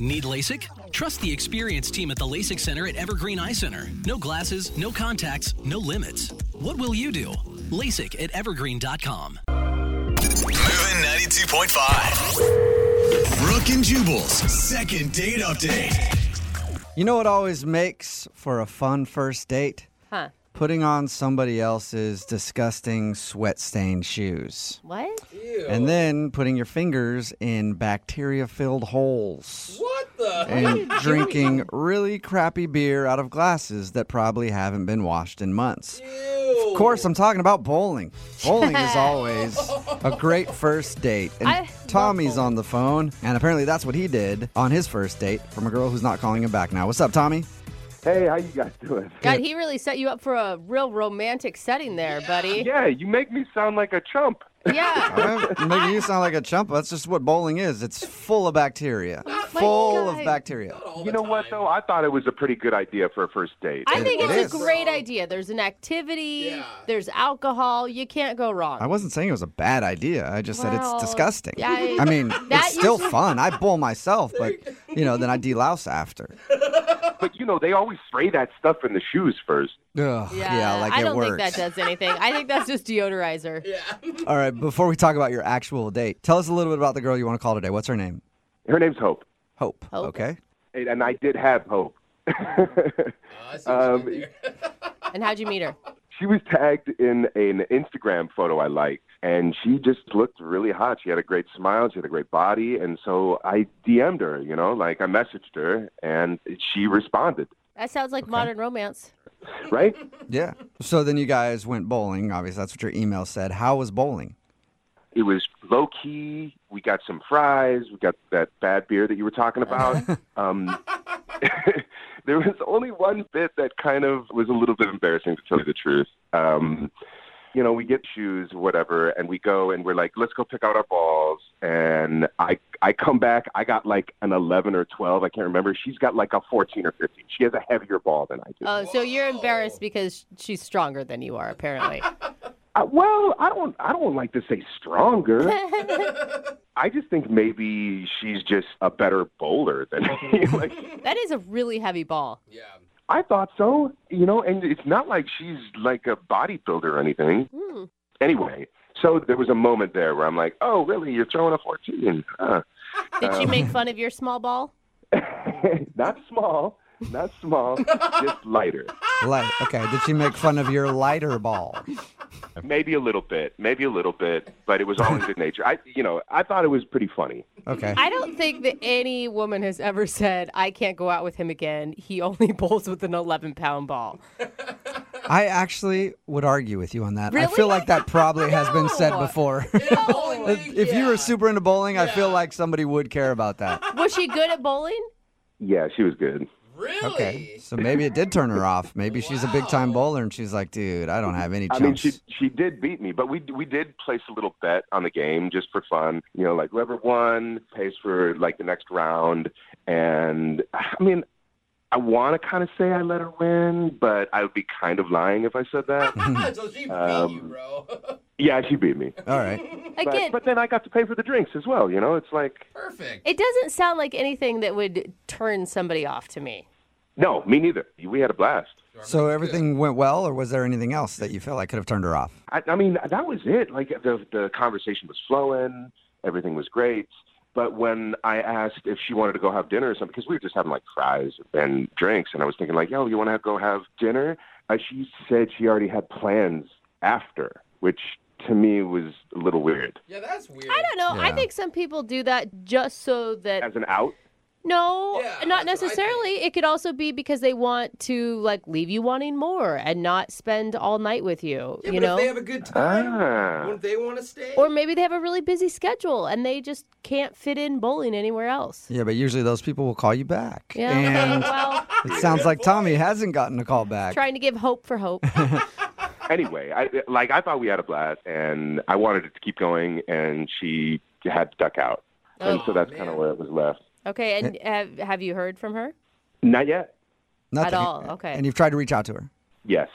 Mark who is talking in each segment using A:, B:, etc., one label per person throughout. A: Need LASIK? Trust the experienced team at the LASIK Center at Evergreen Eye Center. No glasses, no contacts, no limits. What will you do? LASIK at evergreen.com.
B: Moving 92.5. Brooke and Jubal's second date update.
C: You know what always makes for a fun first date?
D: Huh.
C: Putting on somebody else's disgusting sweat stained shoes.
D: What?
C: And then putting your fingers in bacteria filled holes.
E: What the?
C: And drinking really crappy beer out of glasses that probably haven't been washed in months. Of course, I'm talking about bowling. Bowling is always a great first date. And
D: I love
C: Tommy's
D: bowling.
C: on the phone, and apparently that's what he did on his first date from a girl who's not calling him back now. What's up, Tommy?
F: Hey, how you guys doing?
D: God, he really set you up for a real romantic setting there, buddy.
F: Yeah, you make me sound like a chump.
D: Yeah.
C: I'm making you sound like a chump. That's just what bowling is. It's full of bacteria.
D: Oh my
C: full
D: God.
C: of bacteria.
F: You know what though? I thought it was a pretty good idea for a first date.
D: I think
C: It
D: it's
C: is.
D: a great idea. There's an activity,
E: Yeah.
D: there's alcohol. You can't go wrong.
C: I wasn't saying it was a bad idea. I just said
D: Well,
C: it's disgusting.
D: yeah, I-
C: I mean,
D: That
C: it's still
D: usually-
C: fun. I bowl myself, but you know, then I delouse after.
F: But you know, they always spray that stuff in the shoes first.
C: Ugh, yeah, like
D: I
C: it
D: don't
C: works.
D: think that does anything. I think that's just deodorizer.
C: All right, before we talk about your actual date, tell us a little bit about the girl you want to call today. What's her name?
F: Her name's Hope,
C: Hope.
D: Hope.
C: Okay.
F: and and I did have Hope. Um,
D: And how'd you meet her?
F: she was tagged in an Instagram photo I liked, and she just looked really hot. She had a great smile, she had a great body, and so I DM'd her. You know, like I messaged her, and she responded.
D: That sounds like modern romance.
F: Right?
C: Yeah. So then you guys went bowling. Obviously, that's what your email said. How was bowling?
F: It was low key. We got some fries. We got that bad beer that you were talking about. um, there was only one bit that kind of was a little bit embarrassing to tell you the truth. Um, you know, we get shoes, whatever, and we go and we're like, let's go pick out our balls. And I, I come back. I got like an 11 or 12. I can't remember. She's got like a 14 or 15. She has a heavier ball than I do.
D: Oh, so you're embarrassed because she's stronger than you are, apparently.
F: I, Uh, well, I don't. I don't like to say stronger. I just think maybe she's just a better bowler than me. like,
D: that is a really heavy ball.
E: yeah.
F: I thought so, you know. And it's not like she's like a bodybuilder or anything.
D: Hmm.
F: Anyway, so there was a moment there where I'm like, "Oh, really? You're throwing a 14? Huh.
D: Did she make fun of your small ball?
F: not small, not small, just lighter.
C: Light. Okay. Did she make fun of your lighter ball?
F: Maybe a little bit, maybe a little bit, but it was all in good nature. I, you know, I thought it was pretty funny.
C: Okay.
D: I don't think that any woman has ever said, I can't go out with him again. He only bowls with an 11 pound ball.
C: I actually would argue with you on that. I
D: Really?
C: feel like that probably has been said before.
E: Bowling league,
C: if you
E: yeah.
C: were super into bowling, I feel like somebody would care about that.
D: Was she good at bowling?
F: Yeah, she was good.
E: Really?
C: Okay. So maybe it did turn her off. Maybe she's a big time bowler and she's like, dude, I don't have any
F: I
C: chance.
F: mean, she she did beat me, but we we did place a little bet on the game just for fun. You know, like whoever won pays for like the next round. And I mean, I want to kind of say I let her win, but I would be kind of lying if I said that.
C: Hmm.
E: so she beat you,
F: Um,
E: bro.
F: yeah, she beat me.
C: All right.
D: Again,
F: But, but then I got to pay for the drinks as well. You know, it's like
E: Perfect.
D: it doesn't sound like anything that would turn somebody off to me.
F: no, me neither. We had a blast.
C: So everything went well, or was there anything else that you felt like could have turned her off?
F: I, I mean, that was it. Like the the conversation was flowing, everything was great. But when I asked if she wanted to go have dinner or something, because we were just having like fries and drinks, and I was thinking like, "Yo, you want to go have dinner?" Uh, she said she already had plans after, which to me was a little weird.
E: Yeah, that's weird.
D: I don't know. I
C: Yeah.
D: think some people do that just so that
F: As an out,
D: No,
E: Yeah,
D: not
E: that's what I think.
D: necessarily. It could also be because they want to like leave you wanting more and not spend all night with you,
E: Yeah,
D: you
E: but
D: know?
E: if they have a good time,
F: ah,
E: wouldn't they want to stay?
D: or maybe they have a really busy schedule and they just can't fit in bowling anywhere else.
C: Yeah, but usually those people will call you back.
D: Yeah.
C: And
D: well,
C: it sounds like Tommy hasn't gotten a call back.
D: trying to give hope for hope.
F: anyway, I like I thought we had a blast, and I wanted it to keep going, and she had to duck out,
D: Oh,
F: and so that's kind of where it was left.
D: Okay, and have, have you heard from her?
F: Not yet.
C: Nothing.
D: all, okay.
C: And you've tried to reach out to her.
F: Yes.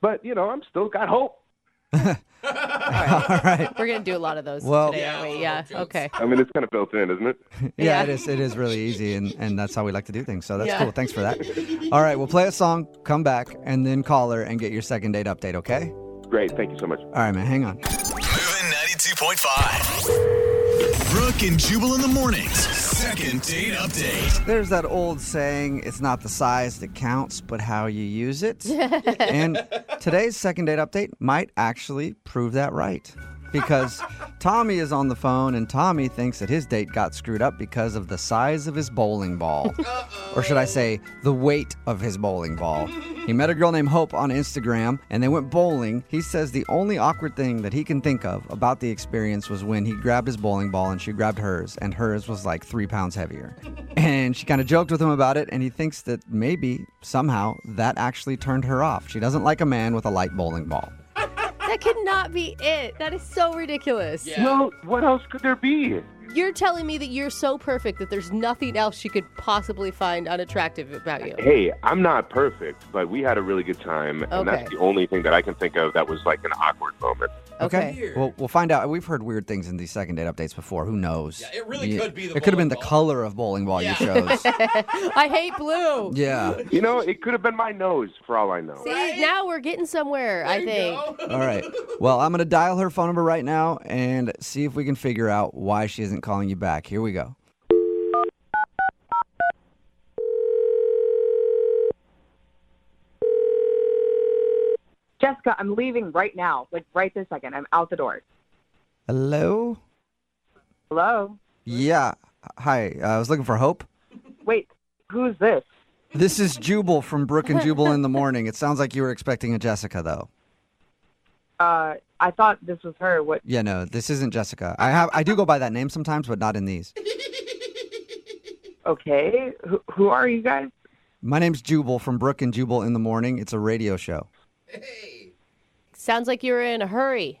F: But, you know, I'm still got hope.
C: All right.
D: We're gonna do a lot of those
C: Well-
D: today, aren't we? Yeah. Okay.
F: I mean, it's kind of built in, isn't it?
C: Yeah,
D: Yeah.
C: it is. It is really easy, and, and that's how we like to do things. So that's
D: Yeah.
C: cool. Thanks for that. All right, we'll play a song, come back, and then call her and get your second date update. Okay.
F: Great. Thank you so much.
C: All right, man. Hang on.
B: Moving 92.5. Brooke and Jubal in the mornings. Second date update.
C: There's that old saying: "It's not the size that counts, but how you use it." and today's second date update might actually prove that right, because Tommy is on the phone, and Tommy thinks that his date got screwed up because of the size of his bowling ball, or should I say, the weight of his bowling ball. He met a girl named Hope on Instagram, and they went bowling. He says the only awkward thing that he can think of about the experience was when he grabbed his bowling ball and she grabbed hers, and hers was like three pounds heavier. And she kind of joked with him about it, and he thinks that maybe somehow that actually turned her off. She doesn't like a man with a light bowling ball.
D: That could not be it. That is so ridiculous.
F: Well, what else could there be?
D: You're telling me that you're so perfect that there's nothing else she could possibly find unattractive about you.
F: Hey, I'm not perfect, but we had a really good time, and that's
D: Okay.
F: the only thing that I can think of that was like an awkward moment.
D: Okay.
C: Well, we'll find out. We've heard weird things in these second date updates before. Who knows?
G: Yeah, it really could be the
C: It could have
G: bowling
C: been the
G: ball.
C: color of bowling ball you chose.
D: I hate blue.
C: yeah.
F: You know, it could have been my nose for all I know.
D: See, now we're getting somewhere, I think.
C: All right. Well, I'm going to dial her phone number right now and see if we can figure out why she isn't calling you back. Here we go.
H: Jessica, I'm leaving right now, like right this second. I'm out the door.
C: Hello?
H: Hello?
C: Yeah. Hi. Uh, I was looking for Hope.
H: Wait, who's this?
C: This is Jubal from Brook and Jubal in the Morning. It sounds like you were expecting a Jessica, though.
H: Uh, I thought this was her. What?
C: Yeah, no, this isn't Jessica. I have I do go by that name sometimes, but not in these.
H: Okay, who, who are you guys?
C: My name's Jubal from Brook and Jubal in the Morning. It's a radio show.
D: Sounds like you're in a hurry.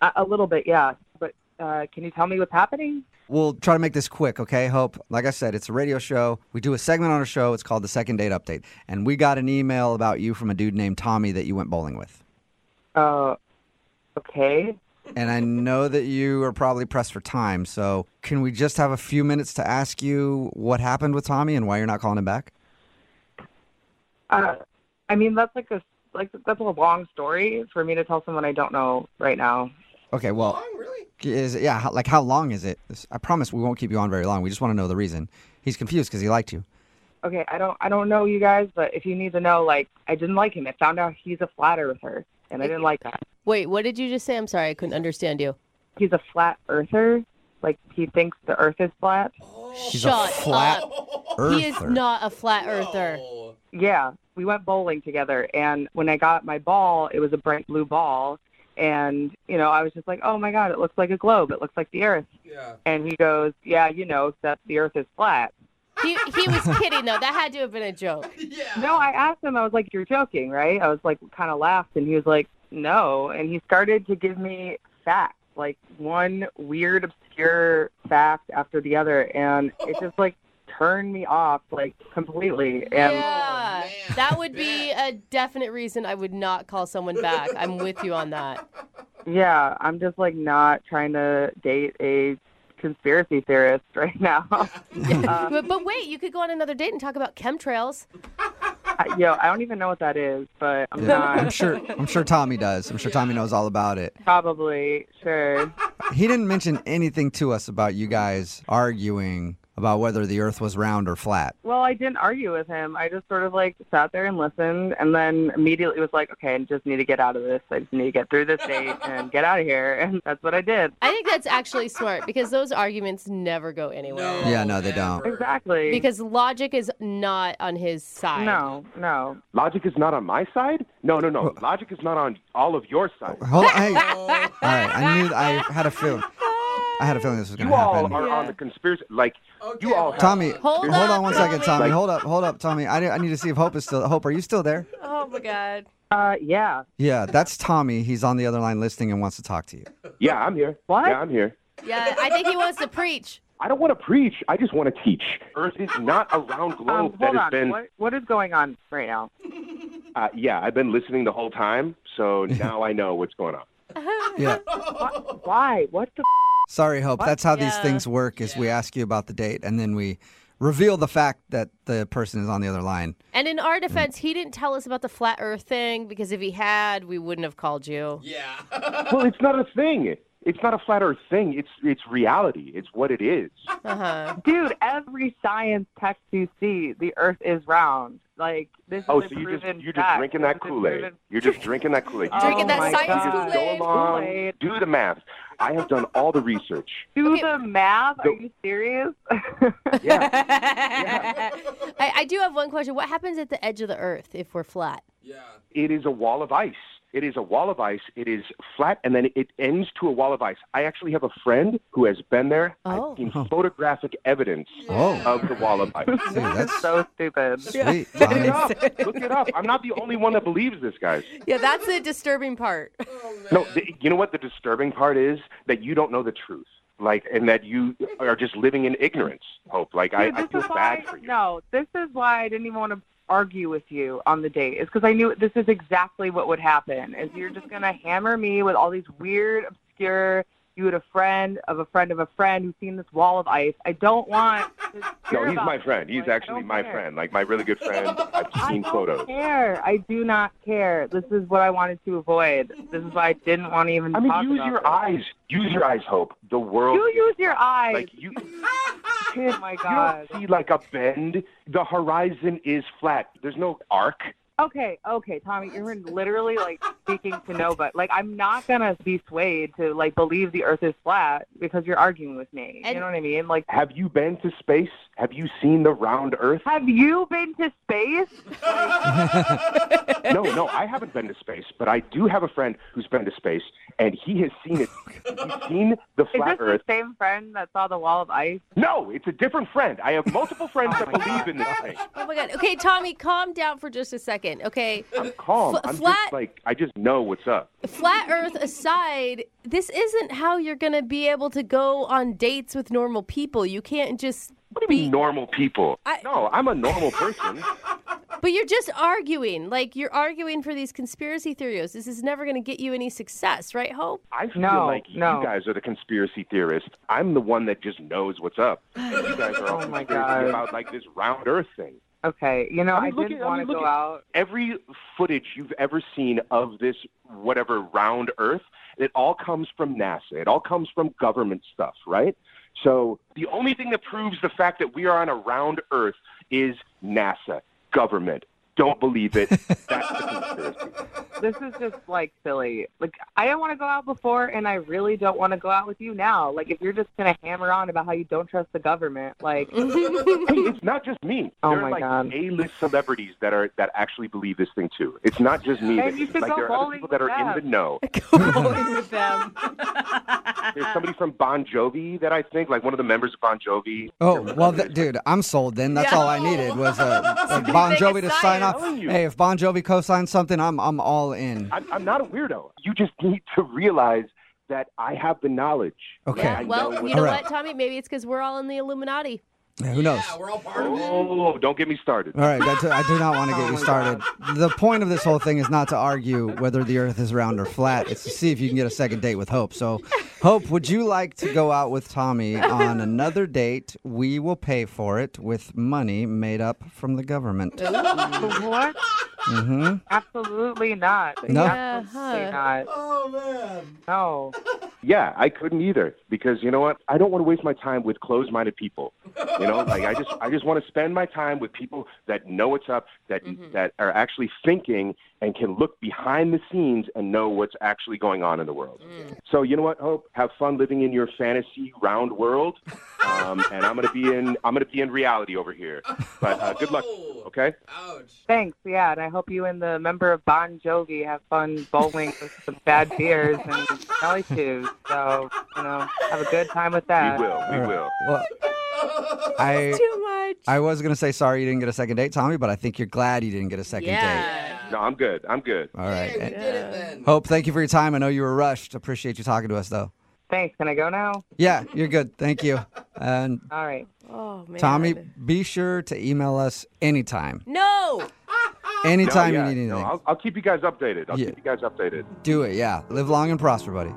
H: A, a little bit, yeah. But uh, can you tell me what's happening?
C: We'll try to make this quick, okay? Hope, like I said, it's a radio show. We do a segment on our show. It's called the Second Date Update. And we got an email about you from a dude named Tommy that you went bowling with.
H: Uh, okay.
C: And I know that you are probably pressed for time. So can we just have a few minutes to ask you what happened with Tommy and why you're not calling him back?
H: Uh, I mean, that's like a like that's a long story for me to tell someone I don't know right now.
C: Okay, well, is it, yeah, how, like how long is it? This- I promise we won't keep you on very long. We just want to know the reason. He's confused because he liked you.
H: Okay, I don't I don't know you guys, but if you need to know, like I didn't like him. I found out he's a flat earther, and I didn't like that.
D: Wait, what did you just say? I'm sorry, I couldn't understand you.
H: He's a flat earther. Like he thinks the earth is flat.
E: Oh.
C: He's
D: Shut
C: a flat
D: up.
C: earther.
D: He is not a flat earther.
H: Yeah, we went bowling together, and when I got my ball, it was a bright blue ball, and you know I was just like, oh my god, it looks like a globe, it looks like the Earth,
G: Yeah.
H: and he goes, yeah, you know, except the Earth is flat.
D: He, he was kidding though. That had to have been a joke.
G: Yeah.
H: No, I asked him, I was like, you're joking, right? I was like, kind of laughed, and he was like, no, and he started to give me facts, like one weird obscure fact after the other, and it just like turned me off like completely, and.
E: Oh,
D: yeah,
G: man.
D: Ah, that would be a definite reason I would not call someone back. I'm with you on that.
H: Yeah, I'm just like not trying to date a conspiracy theorist right now. uh,
D: But, but wait, you could go on another date and talk about chemtrails.
H: I, yo, I don't even know what that is, but I'm
C: Yeah, I'm
H: not
C: sure. I'm sure Tommy does. I'm sure Tommy knows all about it.
H: probably sure.
C: He didn't mention anything to us about you guys arguing about whether the Earth was round or flat.
H: Well, I didn't argue with him. I just sort of like sat there and listened, and then immediately was like, okay, I just need to get out of this. I just need to get through this date and get out of here, and that's what I did.
D: I think that's actually smart because those arguments never go anywhere.
C: Yeah, no, they don't.
G: never.
H: Exactly.
D: Because logic is not on his side.
H: no, no.
F: Logic is not on my side? No, no, no. Logic is not on all of your side.
C: Hold on. Hey. All right. I knew. I had a feeling. I had a feeling this was going
F: You
C: to
F: all
C: happen.
F: are on the conspiracy. Like,
G: Okay,
F: you all have.
C: Tommy,
D: Hold
C: hold
D: on,
C: on one second,
D: Tommy.
C: Tommy. Hold up, hold up, Tommy. I, I need to see if Hope is still. Hope, are you still there?
D: Oh my god.
H: Uh, yeah.
C: Yeah, that's Tommy. He's on the other line listening and wants to talk to you.
F: Yeah, I'm here.
H: What?
F: Yeah, I'm here.
D: Yeah, I think he wants to preach.
F: I don't want to preach. I just want to teach. Earth is not a round globe
H: Um,
F: that
H: hold
F: has
H: on.
F: been.
H: What, what is going on right now?
F: Uh, yeah, I've been listening the whole time, so now I know what's going on.
C: Yeah.
H: Why? What the?
C: Sorry, Hope. That's how these
D: Yeah.
C: things work is we ask you about the date and then we reveal the fact that the person is on the other line.
D: And in our defense, he didn't tell us about the flat Earth thing because if he had, we wouldn't have called you.
E: Yeah.
C: Oh.
F: Well, it's not a thing. It's not a flat Earth thing. It's it's reality. It's what it is.
D: Uh huh.
H: f- Dude, every science text you see, the Earth is round. Like this
F: Oh,
H: is
F: so
H: a
F: you just
H: proven
F: you're just
H: fact.
F: drinking
H: This
F: that
H: is a
F: Kool Aid.
H: proven-
F: You're just drinking that Kool Aid. You
D: Drinking
H: Oh
D: that
H: my
D: science
H: God.
F: just go
D: Kool-Aid.
F: along,
H: Kool-Aid.
F: do the math. I have done all the research.
H: Do
D: Okay.
H: the math? Are
F: The-
H: you serious?
F: Yeah.
D: I, I do have one question. What happens at the edge of the Earth if we're flat?
E: Yeah.
F: it is a wall of ice. It is a wall of ice. It is flat, and then it ends to a wall of ice. I actually have a friend who has been there.
D: Oh.
F: I've seen photographic evidence
C: Oh,
F: of the wall of ice.
C: dude, that's
H: so stupid.
C: sweet.
F: Look it
C: Bonnie.
F: up. Look it up. I'm not the only one that believes this, guys.
D: Yeah, that's the disturbing part.
E: Oh,
F: No, the, you know what the disturbing part is that you don't know the truth, like, and that you are just living in ignorance. Hope, like, I,
H: Dude,
F: I
H: this
F: feel
H: is
F: bad
H: why,
F: for you.
H: No, this is why I didn't even want to argue with you on the date. Is because I knew this is exactly what would happen. Is you're just gonna hammer me with all these weird, obscure. You had a friend of a friend of a friend who's seen this wall of ice. I don't want. To hear
F: No, he's
H: about
F: my
H: this.
F: friend. He's
H: Like, I
F: actually
H: don't
F: my
H: care.
F: friend, like my really good friend. I've
H: I
F: seen
H: don't
F: photos.
H: care. I do not care. This is what I wanted to avoid. This is why I didn't want to even.
F: I mean,
H: talk
F: use
H: about
F: your
H: this.
F: eyes. Use your eyes, Hope. The world.
H: You
F: is-
H: use your eyes.
F: Like you,
H: oh my
F: you
H: god.
F: don't see like a bend. The horizon is flat. There's no arc.
H: Okay, okay, Tommy, you're literally like speaking to nobody. Like, I'm not gonna be swayed to like believe the Earth is flat because you're arguing with me.
D: And-
H: you know what I mean? Like,
F: Have you been to space? Have you seen the round Earth?
H: have you been to space?
F: no, no, I haven't been to space, but I do have a friend who's been to space, and he has seen it. He's seen the
H: Is
F: flat
H: this
F: Earth.
H: the same friend that saw the wall of ice?
F: No, it's a different friend. I have multiple friends
H: Oh
F: that
H: my
F: believe
H: God.
F: in this thing.
D: Oh my God. Okay, Tommy, calm down for just a second. Okay,
F: I'm calm.
D: Fl-
F: I'm
D: flat-
F: just like I just know what's up.
D: flat Earth aside, this isn't how you're going to be able to go on dates with normal people. You can't just.
F: What do you mean, normal people?
D: I-
F: no, I'm a normal person.
D: But you're just arguing. Like, you're arguing for these conspiracy theories. This is never going to get you any success, right, Hope?
F: I feel
H: No,
F: like
H: no.
F: you guys are the conspiracy theorists. I'm the one that just knows what's up. And you guys are all
H: Oh, my
F: conspiracy
H: God.
F: about like this round Earth thing.
H: Okay, you know,
F: I
H: I,
F: mean, look
H: didn't
F: at- I
H: want
F: mean,
H: to
F: look
H: go
F: at-
H: out.
F: Every footage you've ever seen of this whatever round Earth, it all comes from NASA. It all comes from government stuff, right? So the only thing that proves the fact that we are on a round Earth is NASA, government. Don't believe it. That's the conspiracy.
H: This is just like silly. Like, I didn't want to go out before, and I really don't want to go out with you now. Like, if you're just gonna hammer on about how you don't trust the government, like,
F: Hey, it's not just me.
H: Oh
F: there
H: my
F: are like
H: God.
F: A-list celebrities that are that actually believe this thing too. It's not just me.
H: Then
F: that-
H: you should
F: like
H: go
F: there are other
H: bowling
F: people that are
H: with
F: in
H: them.
F: the know.
D: with them.
F: There's somebody from Bon Jovi that I think, like one of the members of Bon Jovi.
C: Oh, well, th- dude, I'm sold then. That's all I needed was uh, uh, Bon
D: thing
C: Jovi to
D: is
C: sign
D: science.
C: off.
F: Telling you.
C: Hey, if Bon Jovi co-signs something, I'm I'm all in.
F: I'm, I'm not a weirdo. You just need to realize that I have the knowledge.
C: Okay.
F: Like, I
D: Well,
F: know
D: you
F: what-
D: know
C: Alright.
D: what, Tommy? Maybe it's because we're all in the Illuminati.
C: Yeah, who knows?
E: Yeah, we're all part of it.
F: Oh, don't get me started.
C: All right, that's, I do not want to get you started. The point of this whole thing is not to argue whether the Earth is round or flat. It's to see if you can get a second date with Hope. So, Hope, would you like to go out with Tommy on another date? We will pay for it with money made up from the government.
H: what?
C: hmm
H: Absolutely not.
C: No.
H: Absolutely
D: Yeah,
H: not.
E: Oh man.
H: No.
F: Yeah, I couldn't either because you know what? I don't want to waste my time with closed-minded people. You know, like I just I just want to spend my time with people that know what's up, that
D: Mm-hmm.
F: that are actually thinking and can look behind the scenes and know what's actually going on in the world.
D: Mm.
F: So you know what? Hope have fun living in your fantasy round world, um, and I'm gonna be in I'm gonna be in reality over here. But uh, good luck.
E: Oh.
F: Okay.
E: Ouch.
H: Thanks, yeah, and I hope you and the member of Bon Jovi have fun bowling with some bad beers and jelly shoes. So, you know, have a good time with
F: We
H: that.
F: will. We
C: All right.
F: will.
C: Well, I
D: Too much.
C: I was gonna say sorry you didn't get a second date, Tommy, but I think you're glad you didn't get a second date.
D: yeah.
F: No, I'm good. I'm good.
C: All right.
E: Hey, we did it then.
C: Hope, thank you for your time. I know you were rushed. Appreciate you talking to us, though.
H: Thanks. Can I go now?
C: Yeah, you're good. Thank you. And
H: All right.
D: Oh man.
C: Tommy, be sure to email us anytime.
D: No.
C: Anytime
F: No, yeah,
C: you need
F: no,
C: anything,
F: I'll, I'll keep you guys updated. I'll
C: Yeah.
F: keep you guys updated.
C: do it. Yeah. Live long and prosper, buddy.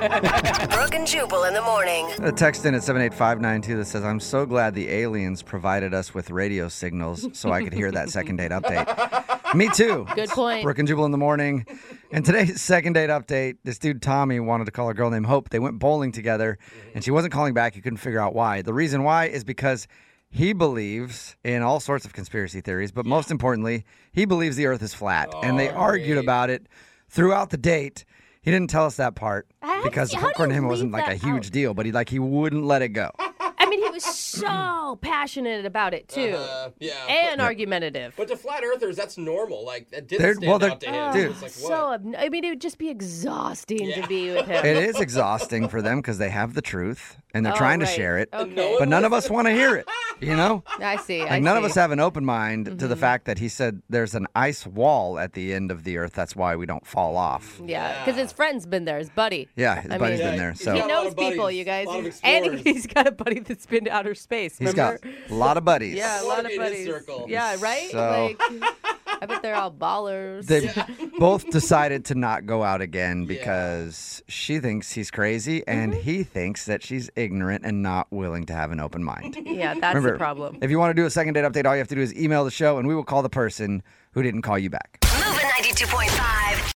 G: Brooke and Jubal in the morning.
C: A text in at 78592 that says, I'm so glad the aliens provided us with radio signals so I could hear that second date update. Me too.
I: Good point.
C: Brooke and Jubal in the morning. And today's second date update this dude, Tommy, wanted to call a girl named Hope. They went bowling together and she wasn't calling back. He couldn't figure out why. The reason why is because he believes in all sorts of conspiracy theories, but most importantly, he believes the earth is flat. and they argued about it throughout the date. He didn't tell us that part
I: How did-
C: because
I: how do
C: according to
I: you
C: him, it wasn't
I: leave
C: like a
I: that
C: huge
I: out?
C: deal, but he like he wouldn't let it go.
D: I mean, he was so passionate about it too,
J: Uh, yeah.
D: and argumentative.
J: But to flat earthers, that's normal. Like that didn't
C: They're-
J: stand
C: well, they're-
J: out to him.
C: dude.
J: It's like what?
D: Oh, so, obno- I mean, it would just be exhausting to be with him.
C: It is exhausting for them because they have the truth and they're
D: Oh,
C: trying
D: right.
C: to share it,
D: Okay.
C: but none of us want to hear it. You know,
D: I see. I
C: like none of
D: see. Mm-hmm.
C: us have an open mind to the fact that he said there's an ice wall at the end of the earth. That's why we don't fall off.
D: Yeah, because his friend's been there, his buddy.
C: Yeah, his
D: I
C: buddy's
D: mean,
C: been there,
J: he's
C: so
J: got
D: He
J: a lot
D: knows
J: of
D: people,
J: buddies,
D: you guys.
J: a lot of
D: and
J: explorers.
D: he's got a buddy that's been to outer space.
C: he's
D: remember?
C: got a lot of buddies.
D: yeah, a
J: Wanna
D: lot
J: be
D: of
J: in his
D: buddies.
J: circle.
D: Yeah, right.
C: So-
D: Like, I bet they're all ballers.
C: They both decided to not go out again because she thinks he's crazy and
D: Mm-hmm.
C: he thinks that she's ignorant and not willing to have an open mind.
D: yeah, that's
C: Remember,
D: the problem.
C: If you want to do a second date update, all you have to do is email the show and we will call the person who didn't call you back.
G: Moving 92.5.